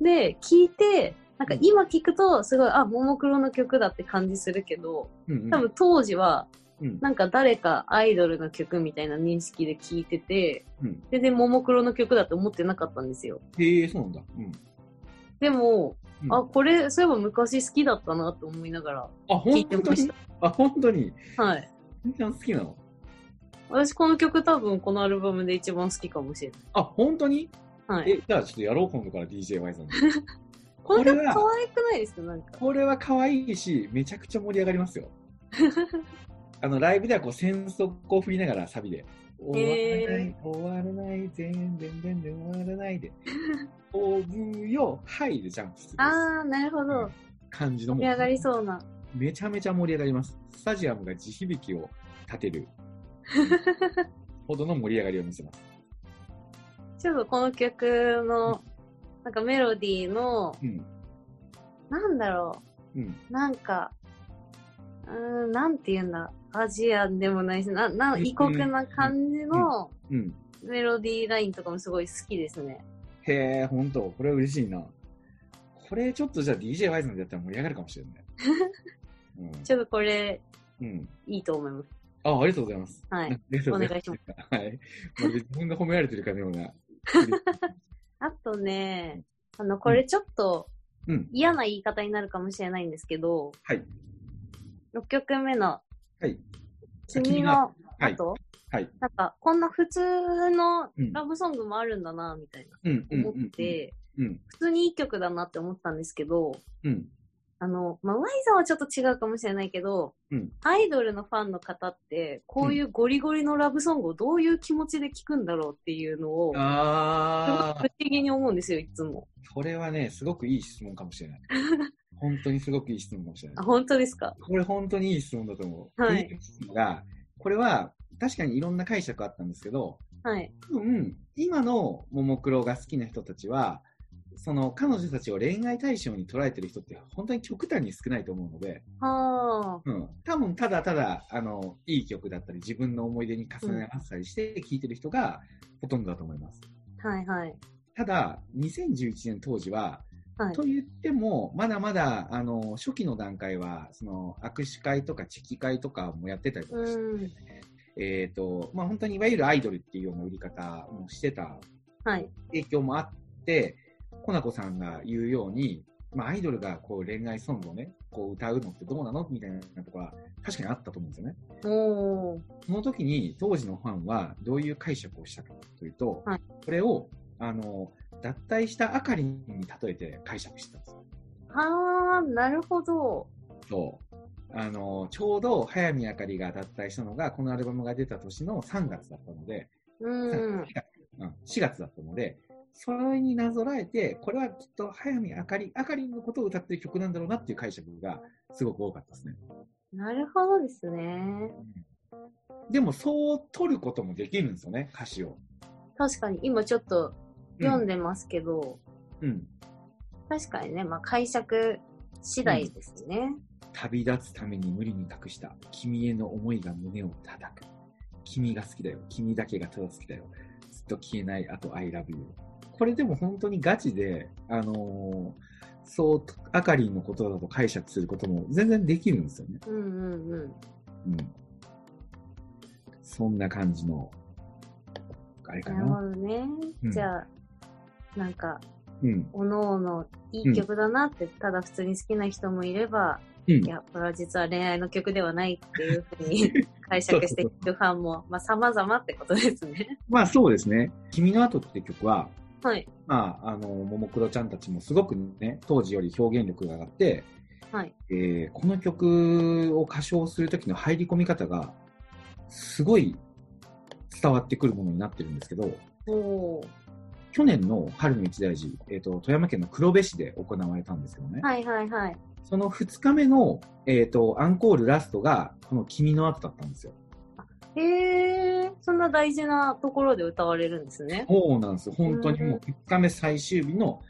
S2: で、聞いて、なんか今聞くと、すごい、あ、ももクロの曲だって感じするけど、
S1: うん、うん。
S2: 多分当時は、
S1: うん。
S2: なんか誰かアイドルの曲みたいな認識で聞いてて、
S1: うん。
S2: 全然ももクロの曲だって思ってなかったんですよ。
S1: へえ、そうなんだ。うん。
S2: でも、
S1: うん
S2: あ、これ、そういえば昔好きだったなと思いながら
S1: あ、
S2: 聞い
S1: 本
S2: て
S1: 当
S2: まし
S1: にあ、本当に。
S2: た。はい。
S1: みーちゃん好きなの
S2: 私この曲多分このアルバムで一番好きかもしれない。
S1: あ、本当に
S2: はい。
S1: え、じゃあちょっとやろう、今度から DJY さんに。
S2: この曲
S1: これは
S2: 可愛くないですかなんか。
S1: これは可愛いし、めちゃくちゃ盛り上がり ますよ。あの、ライブではこう、戦速を振りながらサビで。終わらない、終わらない、全然全然終わらないで。飛ぶよ、はいでジャンプする
S2: あー、なるほど。
S1: 感じの
S2: 盛
S1: も
S2: り上が
S1: う、
S2: りそうな。
S1: めちゃめちゃ盛り上がります。スタジアムが地響きを立て るほどの盛り上がりを見せます。
S2: ちょっとこの曲の、なんかメロディーの、
S1: うん。
S2: なんだろ
S1: うん。
S2: う、なんか、うーん、なんて言うんだ、アジアンでもないし、な、な、
S1: うん
S2: 異国な感じの
S1: うん。
S2: メロディーラインとかもすごい好きですね。
S1: へえ、ほんと、これは嬉しいな。これちょっとじゃあ DJY さんでやったら盛り上がるかもしれ ない。
S2: ちょっとこれ、
S1: うん。うん
S2: いいと思います。
S1: あ、ありがとうございます。
S2: はい
S1: ありがとうございます。
S2: お願
S1: はい。まるで自分が褒められてるかのよう な。
S2: あとね、あの、これちょっと
S1: うん。
S2: 嫌な言い方になるかもしれないんですけど、
S1: はい。
S2: 6曲目の
S1: はい。
S2: 君の
S1: はい。
S2: 後、
S1: はい。
S2: なんか、こんな普通の
S1: うん
S2: ラブソングもあるんだな、みたいな
S1: うん。うん。
S2: 思って、
S1: うん。
S2: 普通にいい曲だなって思ったんですけど、
S1: うん。
S2: あの、まあ、ワイザーはちょっと違うかもしれないけど、
S1: うん
S2: アイドルのファンの方って、こういうゴリゴリのラブソングをどういう気持ちで聴くんだろうっていうのを、すごく不
S1: ああ
S2: 思、議に思うんですよ、いつも。
S1: これはね、すごくいい質問かもし れない。本当にすごくいい質問かもしれな
S2: あ、
S1: い。
S2: 本当ですか
S1: これ本当にいい質問だと思う。
S2: はい
S1: い質問が、これは確かにいろんな解釈あったんですけど、
S2: はい。
S1: 多分今のももクロが好きな人たちはその彼女たちを恋愛対象に捉えてる人って本当に極端に少ないと思うので、
S2: はあ。
S1: うん、多分ただただあのいい曲だったり自分の思い出に重ね合わせたりして聴いてる人がほとんどだと思います
S2: はいはい。
S1: ただ2011年当時は
S2: はい
S1: と。言ってもまだまだあの初期の段階はその握手会とかチェキ会とかもやってたりとかして、
S2: うん。
S1: えーとまあ、本当にいわゆるアイドルっていうような売り方もしてた
S2: はい。
S1: 影響もあって、コナコさんが言うように、まあ、アイドルがこう恋愛ソングをね、こう歌うのってどうなのみたいなとこは確かにあったと思うんですよね。
S2: おー。
S1: その時に当時のファンはどういう解釈をしたかというと、
S2: はい
S1: これをあの脱退したあかりに例えて解釈してたんですよ。
S2: あー、なるほど。
S1: そうあのちょうど早見あかりが脱退したのがこのアルバムが出た年の3月だったので、
S2: う ん。
S1: うん、4月だったので、それになぞらえて、これはきっと早見あかり、あかりのことを歌ってる曲なんだろうなっていう解釈がすごく多かったですね。
S2: なるほどですね。
S1: でも、そう取ることもできるんですよね、歌詞を。
S2: 確かに、今ちょっと読ん
S1: で。
S2: でますけど、
S1: うん。
S2: 確かにね、まあ、解釈次第ですね。
S1: 旅立つために無理に託した、君への思いが胸を叩く。君が好きだよ、君だけがただ好きだよ。ずっと消えない、あと I love you。これでも本当にガチで、あのーそう、あかりのことだと解釈することも全然できるんですよね。
S2: うん、うん、うん。
S1: うん。そんな感じの、あれか
S2: なるほ
S1: な。
S2: どね。
S1: うん
S2: じゃあ、なんか、
S1: うん。
S2: おのおのいい曲だなって、ただ普通に好きな人もいれば、
S1: うん
S2: い。や、これは実は恋愛の曲ではないっていうふ うに解釈していくファンも、まあ、様々ってことですね。
S1: まあそうですね。君の後って曲は、
S2: はい。
S1: まあ、あの、ももクロちゃんたちもすごくね、当時より表現力が上がって、
S2: はい。
S1: えーこの曲を歌唱する時の入り込み方が、すごい伝わってくるものになってるんですけど、
S2: おー
S1: 去年の春の一大事、えー、と富山県の黒部市で行われたんですけどね、
S2: はいはいはい。
S1: その2日目の、えー、とアンコールラストが、この君の後だったんですよ。
S2: へえ、そんな大事なところで歌われるんですね。
S1: そうなんですよ。本当にもう2日目最終日の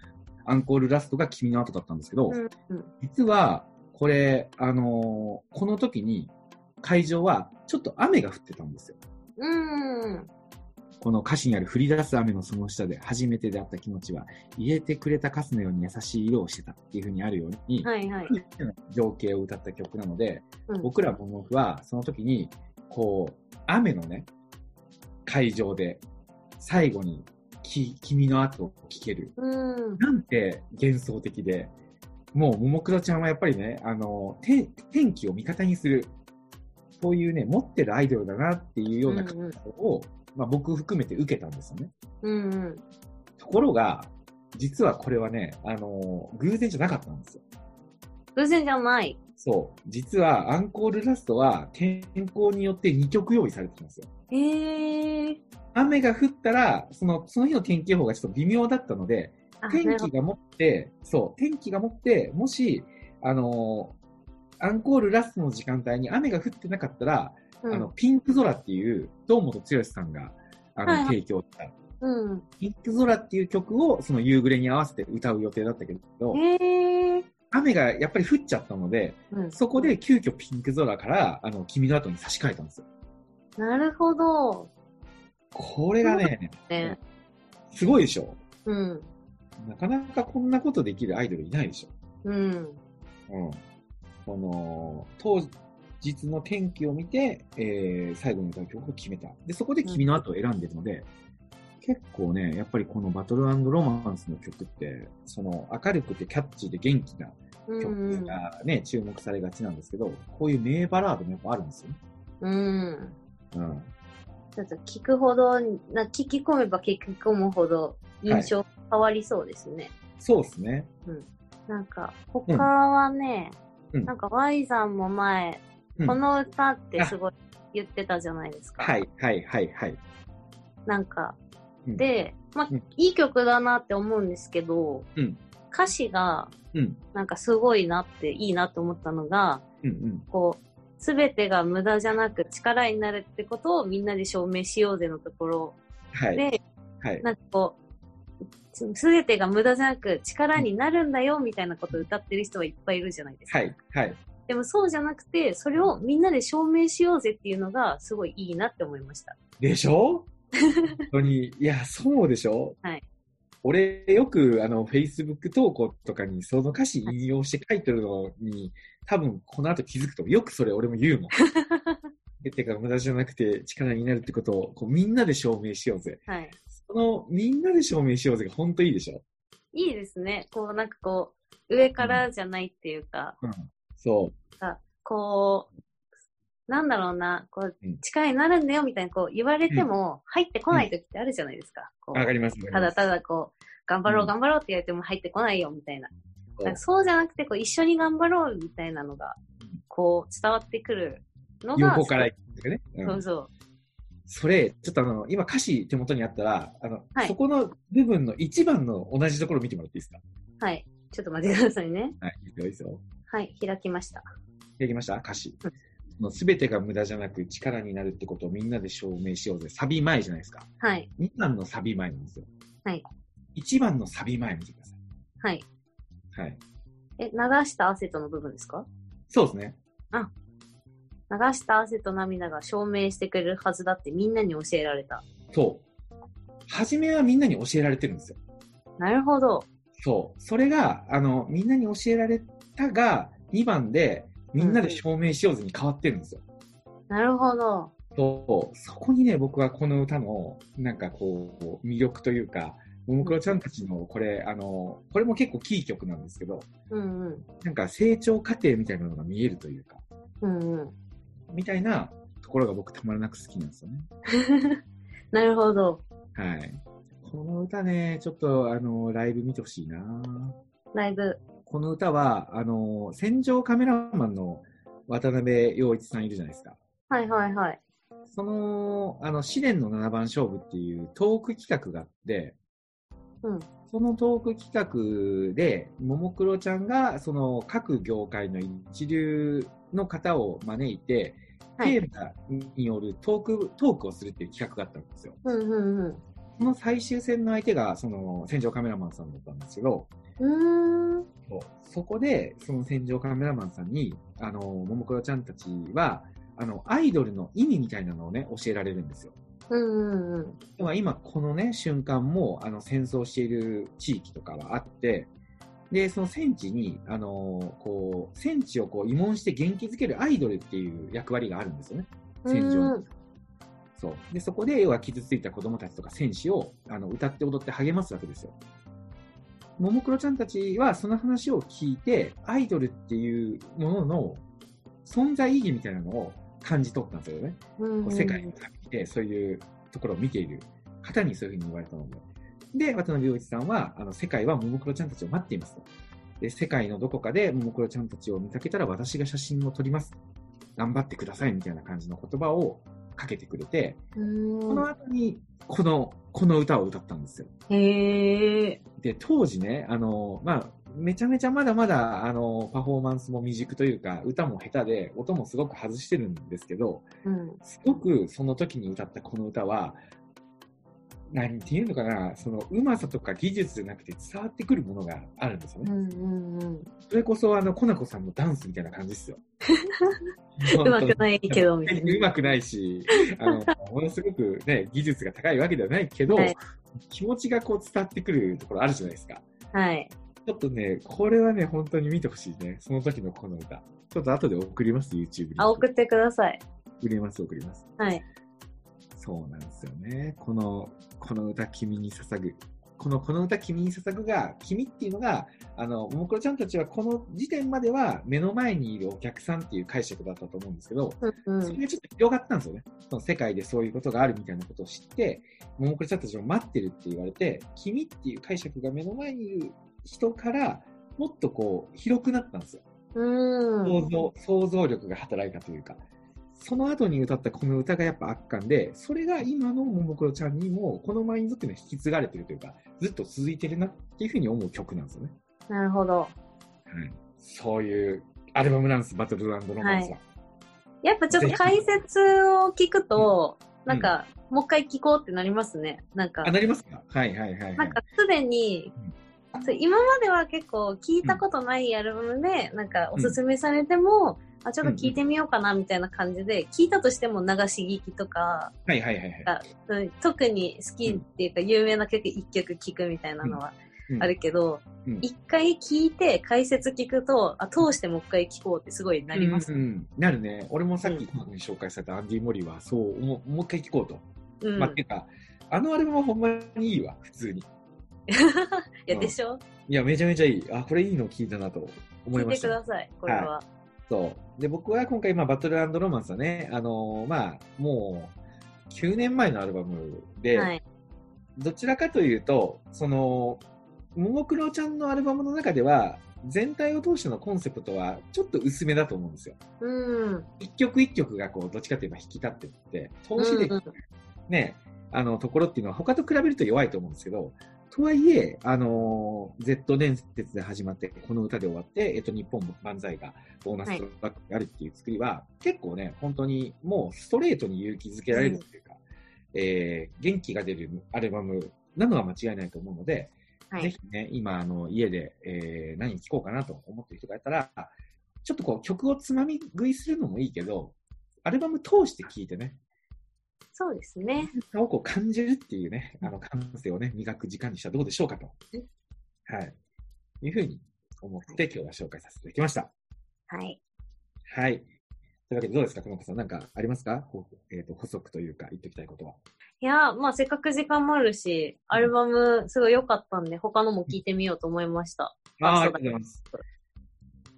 S1: アンコールラストが君の後だったんですけど、
S2: うんうん
S1: 実はこれ、あのーこの時に会場はちょっと雨が降ってたんですよ。
S2: うん。
S1: この歌詞にある降り出す雨のその下で初めて出会った気持ちは入れてくれたカスのように優しい色をしてたっていう風にあるように、
S2: はいはい。
S1: 情景を歌った曲なので、
S2: うん
S1: 僕らボンボフはその時にこう雨のね会場で最後にき君の後を聴ける
S2: うん。
S1: なんて幻想的でもうももクロちゃんはやっぱりねあのて天気を味方にするそういうね持ってるアイドルだなっていうような感
S2: うん
S1: 想を、まあ、僕含めて受けたんですよね
S2: うんうん。
S1: ところが実はこれはねあの偶然じゃなかったんですよ
S2: 偶然じゃない。
S1: そう。実は、アンコールラストは、天候によって2曲用意されてたんですよ。
S2: へえ。
S1: 雨が降ったら、その、その日の天気予報がちょっと微妙だったので、
S2: あな
S1: 天
S2: るほ
S1: 気
S2: ど
S1: が持って、そう、天気が持って、もし、あのーアンコールラストの時間帯に雨が降ってなかったら、
S2: うん
S1: あの、ピンク空っていう、堂本剛さんが、あの、
S2: はいはい
S1: 提供した、
S2: うん。
S1: ピンク空っていう曲を、その夕暮れに合わせて歌う予定だったけど、
S2: へえ。
S1: 雨がやっぱり降っちゃったので、
S2: うん。
S1: そこで急遽ピンク空から、あの、君の後に差し替えたんですよ。
S2: なるほど。
S1: これがね、
S2: ね。
S1: すごいでしょ
S2: うん。
S1: なかなかこんなことできるアイドルいないでし
S2: うん。
S1: ょうん。この、当日の天気を見て、えー、最後に歌う曲を決めた。で、そこで君の後を選んでるので、結構ね、やっぱりこのバトルロマンスの曲って、その明るくてキャッチーで元気な
S2: うん
S1: 曲がね、注目されがちなんですけど、こういう名バラードもやっぱあるんですよね。
S2: うん。
S1: うん。
S2: ちょっと聞くほど、な聞き込めば聞き込むほど印象変わりそうですね。
S1: そうですね。
S2: なんか、他はね、
S1: うん
S2: なんか Y さんも前、
S1: うん
S2: この歌ってすごい言ってたじゃないですか。
S1: はい、はい、はい、はい。
S2: なんか、
S1: うん、
S2: で、まあ
S1: うん、
S2: いい曲だなって思うんですけど、
S1: うん
S2: 歌詞が
S1: うん、
S2: なんかすごいなって、いいなと思ったのが、
S1: うん、うん。
S2: こう、すべてが無駄じゃなく力になるってことをみんなで証明しようぜのところ
S1: はい。
S2: で、
S1: はい。
S2: なんかこう、すべてが無駄じゃなく力になるんだよみたいなことを歌ってる人はいっぱいいるじゃないですか。
S1: はい。はい。
S2: でもそうじゃなくて、それをみんなで証明しようぜっていうのがすごいいいなって思いました。
S1: でしょ本当に。いや、そうでしょ
S2: はい。
S1: 俺、よく、あの、Facebook 投稿とかに、その歌詞引用して書いてるのに、多分、この後気づくと思う、よくそれ俺も言う もん。出てから無駄じゃなくて力になるってことを、こう、みんなで証明しようぜ。
S2: はい。
S1: その、みんなで証明しようぜが本当いいでしょ
S2: いいですね。こうなんかこう、上からじゃないっていうか、
S1: そう。
S2: こう、なんだろうな、こう
S1: うん、
S2: 力になるんだよみたいなこう言われても入ってこない時ってあるじゃないですか。こう
S1: わかります。
S2: ただただこう、頑張
S1: う
S2: ろうん頑張ろうって言われても入ってこないよみたいな。
S1: そう
S2: なんかそうじゃなくて、こう一緒に頑張ろうみたいなのが、こう伝わってくるのが。
S1: 横から行くとかね。うん
S2: そうそう。
S1: それ、ちょっとあの、今歌詞手元にあったら、あの、
S2: はい
S1: そこの部分の一番の同じところ見てもらっていいですか
S2: はい。ちょっと待ってくださいね。
S1: はい、いいですよ、いいですよ。
S2: はい、開きました。
S1: できました歌詞
S2: うん。
S1: すべてが無駄じゃなく力になるってことをみんなで証明しようぜ。サビ前じゃないですか。
S2: はい、
S1: 2番のサビ前なんですよ。
S2: はい。
S1: 1番のサビ前見てくださ
S2: はい。
S1: い。はい。
S2: え、流した汗との部分ですか
S1: そうですね。
S2: 流した汗と涙が証明してくれるはずだってみんなに教えられた。
S1: そう。初めはみんなに教えられてるんですよ。
S2: なるほど。
S1: そう。それが、あの、みんなに教えられたが、2番でみんなで証明しようぜに変わってるんですよ。
S2: なるほど。
S1: そう、そこにね、僕はこの歌の、なんかこう、魅力というか、ももクロちゃんたちの、これ、あの、これも結構キー曲なんですけど、
S2: うんうん。
S1: なんか成長過程みたいなのが見えるというか、
S2: うんうん。
S1: みたいなところが僕たまらなく好きなんですよね。
S2: なるほど。
S1: はい。この歌ね、ちょっと、あの、ライブ見てほしいな
S2: ライブ
S1: この歌は、あの、戦場カメラマンの渡辺陽一さんいるじゃないですか。
S2: はいはいはい。
S1: その、あの、試練の七番勝負っていうトーク企画があって、
S2: うん
S1: そのトーク企画で、ももクロちゃんが、その、各業界の一流の方を招いて、
S2: はい
S1: テーマによるトーク、トークをするっていう企画があったんですよ。
S2: うんうん
S1: その最終戦の相手が、その、戦場カメラマンさんだったんですけど、
S2: うん。うーん。
S1: そうそこで、その戦場カメラマンさんに、あの、ももクロちゃんたちは、あの、アイドルの意味みたいなのをね、教えられるんですよ。
S2: うんうんうん。
S1: 要は今、このね、瞬間も、あの、戦争している地域とかはあって、で、その戦地に、あの、こう、戦地をこう、慰問して元気づけるアイドルっていう役割があるんですよね。戦場
S2: うん
S1: そう。で、そこで、要は傷ついた子供たちとか戦士を、あの、歌って踊って励ますわけですよ。ももクロちゃんたちは、その話を聞いて、アイドルっていうものの存在意義みたいなのを感じ取ったんですよね。
S2: うん
S1: こ
S2: う
S1: うん世界の旅で、そういうところを見ている方にそういうふうに言われたので。で、渡辺陽一さんは、あの、世界はももクロちゃんたちを待っていますと。で、世界のどこかでももクロちゃんたちを見かけたら私が写真を撮ります。頑張ってくださいみたいな感じの言葉をかけてくれて、
S2: う
S1: こ
S2: ん
S1: の後に、この、この歌を歌ったんですよ。
S2: へえ。
S1: で、当時ね、あの、まあ、めちゃめちゃまだまだ、あの、パフォーマンスも未熟というか、歌も下手で、音もすごく外してるんですけど、
S2: うん。
S1: すごくその時に歌ったこの歌は、何て言うのかな、その、うまさとか技術じゃなくて伝わってくるものがあるんですよ
S2: う
S1: ね。
S2: んうんうん。
S1: それこそ、あの、コナコさんのダンスみたいな感じです よ。
S2: うまくないけ ど、みたいな。
S1: うまくないし、あの、ものすごくね、技術が高いわけではないけど、
S2: はい
S1: 気持ちがこう伝わってくるところあるじゃないですか。
S2: はい。
S1: ちょっとね、これはね、本当に見てほしいね。その時のこの歌。ちょっと後で送ります、YouTube に。
S2: あ、送ってください。
S1: 送ります、送ります。
S2: はい。
S1: そうなんですよね。この、この歌、君に捧ぐ。この、この歌、君に捧ぐが、君っていうのが、あの、ももクロちゃんたちはこの時点までは目の前にいるお客さんっていう解釈だったと思うんですけど、
S2: うんう
S1: そ
S2: ん。
S1: れがちょっと広がったんですよね。その世界でそういうことがあるみたいなことを知って、ももクロちゃんたちを待ってるって言われて、君っていう解釈が目の前にいる人から、もっとこう、広くなったんですよ。
S2: うん。
S1: 想像、想像力が働いたというか。その後に歌ったこの歌がやっぱ圧巻で、それが今のももクロちゃんにも、このマインドっていうのは引き継がれてるというか、ずっと続いてるなっていうふうに思う曲なんですよね。
S2: なるほど。
S1: はい。そういうアルバムなんです、バトルロマンスは。
S2: はいやっぱちょっと解説を聞くと、なんか、もう一回聞こうってなりますね。なんか
S1: あ、、なりますかはいはいはい、はい。
S2: なんかすでに、そう今までは結構聞いたことないアルバムで、なんかおすすめされても、あ、ちょっと聞いてみようかなみたいな感じで、聞いたとしても流し聞きとか、
S1: はいはいはいはい。
S2: うん特に好きっていうか有名な曲一曲聞くみたいなのは
S1: うん
S2: あるけど
S1: うんうん、
S2: 一、回聞いて解説聞くと、あ、通してもう一回聞こうってすごいなります。
S1: う
S2: うんん。
S1: うんうんなるね。俺もさっきこの子に紹介されたアンディ・モリは、そう思う、もう一回聞こうと。まあ、てか、あのアルバムはほんまにいいわ、普通に。
S2: いや、でしょ
S1: いや、めちゃめちゃいい。あ、これいいの聞いたなと思
S2: 聞
S1: い
S2: い
S1: ま
S2: て
S1: し
S2: く
S1: た。
S2: ださい、これは。
S1: そう。で、僕は今回、まあ、バトルロマンスはね、あのーまあ、もう、9年前のアルバムで、
S2: はい。
S1: どちらかというと、その、ももクロちゃんのアルバムの中では、全体を通してのコンセプトは、ちょっと薄めだと思うんですよ。
S2: うん。
S1: 一曲一曲が、こう、どっちかといえば引き立ってって、投資で
S2: うんうん
S1: ね、あの、ところっていうのは他と比べると弱いと思うんですけど、とはいえ、あのー Z 伝説で始まって、この歌で終わって、えっと、日本万歳がボーナストラックであるっていう作りは、結構ね、本当にもうストレートに勇気づけられるというか、えー元気が出るアルバムなのは間違いないと思うので、
S2: は
S1: ぜ
S2: い。
S1: ひね、今、あの、家で、えー何聴こうかなと思ってる人がいたら、ちょっとこう、曲をつまみ食いするのもいいけど、アルバム通して聴いてね、
S2: そうですね。
S1: 歌をこう感じるっていうね、あの感性をね、磨く時間にしたらどうでしょうかと。はい。いうふうに思って今日は紹介させていただきました。
S2: はい。
S1: はい。というわけでどうですか、この子さん。なんかありますかほえっ、と、補足というか言っておきたいことは。
S2: いやー、まあせっかく時間もあるし、アルバムすごい良かったんで、他のも聞いてみようと思いました。
S1: あ
S2: あ
S1: あ、あり
S2: そ
S1: が
S2: うだ
S1: とうございます。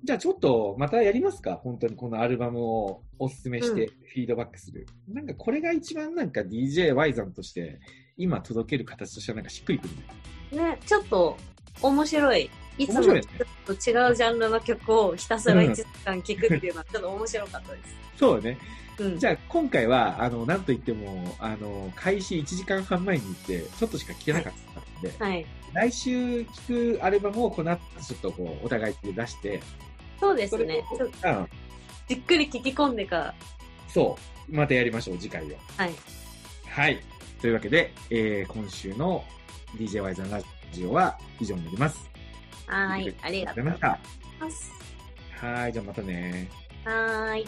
S1: じゃあちょっとまたやりますか本当にこのアルバムをおすすめしてフィードバックする。なんかこれが一番なんか DJY さんとして今届ける形としてはなんかしっくりくるね。
S2: ね、ちょっと面白いいつ
S1: 面
S2: も
S1: 白
S2: ち
S1: い
S2: ょ
S1: ね
S2: っと違うジャンルの曲をひたすら1時間聴くっていうのは ちょっと面白かったで
S1: そうだね。
S2: す。うん。
S1: じゃあ今回は、あの、なんといっても、あの、開始1時間半前に行って、ちょっとしか聞けなかったんで、
S2: はい。
S1: 来週聞くアルバムをこの後ちょっとこう、お互いで出して、
S2: そうです
S1: れ
S2: ね。ちょっと
S1: をうん
S2: じっくり聞き込んでから。
S1: そう。またやりましょう、次回を。
S2: はい。
S1: はい。というわけで、えー今週の DJYZ のラジオは以上になります。
S2: はーい。ありがとう
S1: うございました。
S2: ございます。
S1: はい、じゃあまたね
S2: はーい。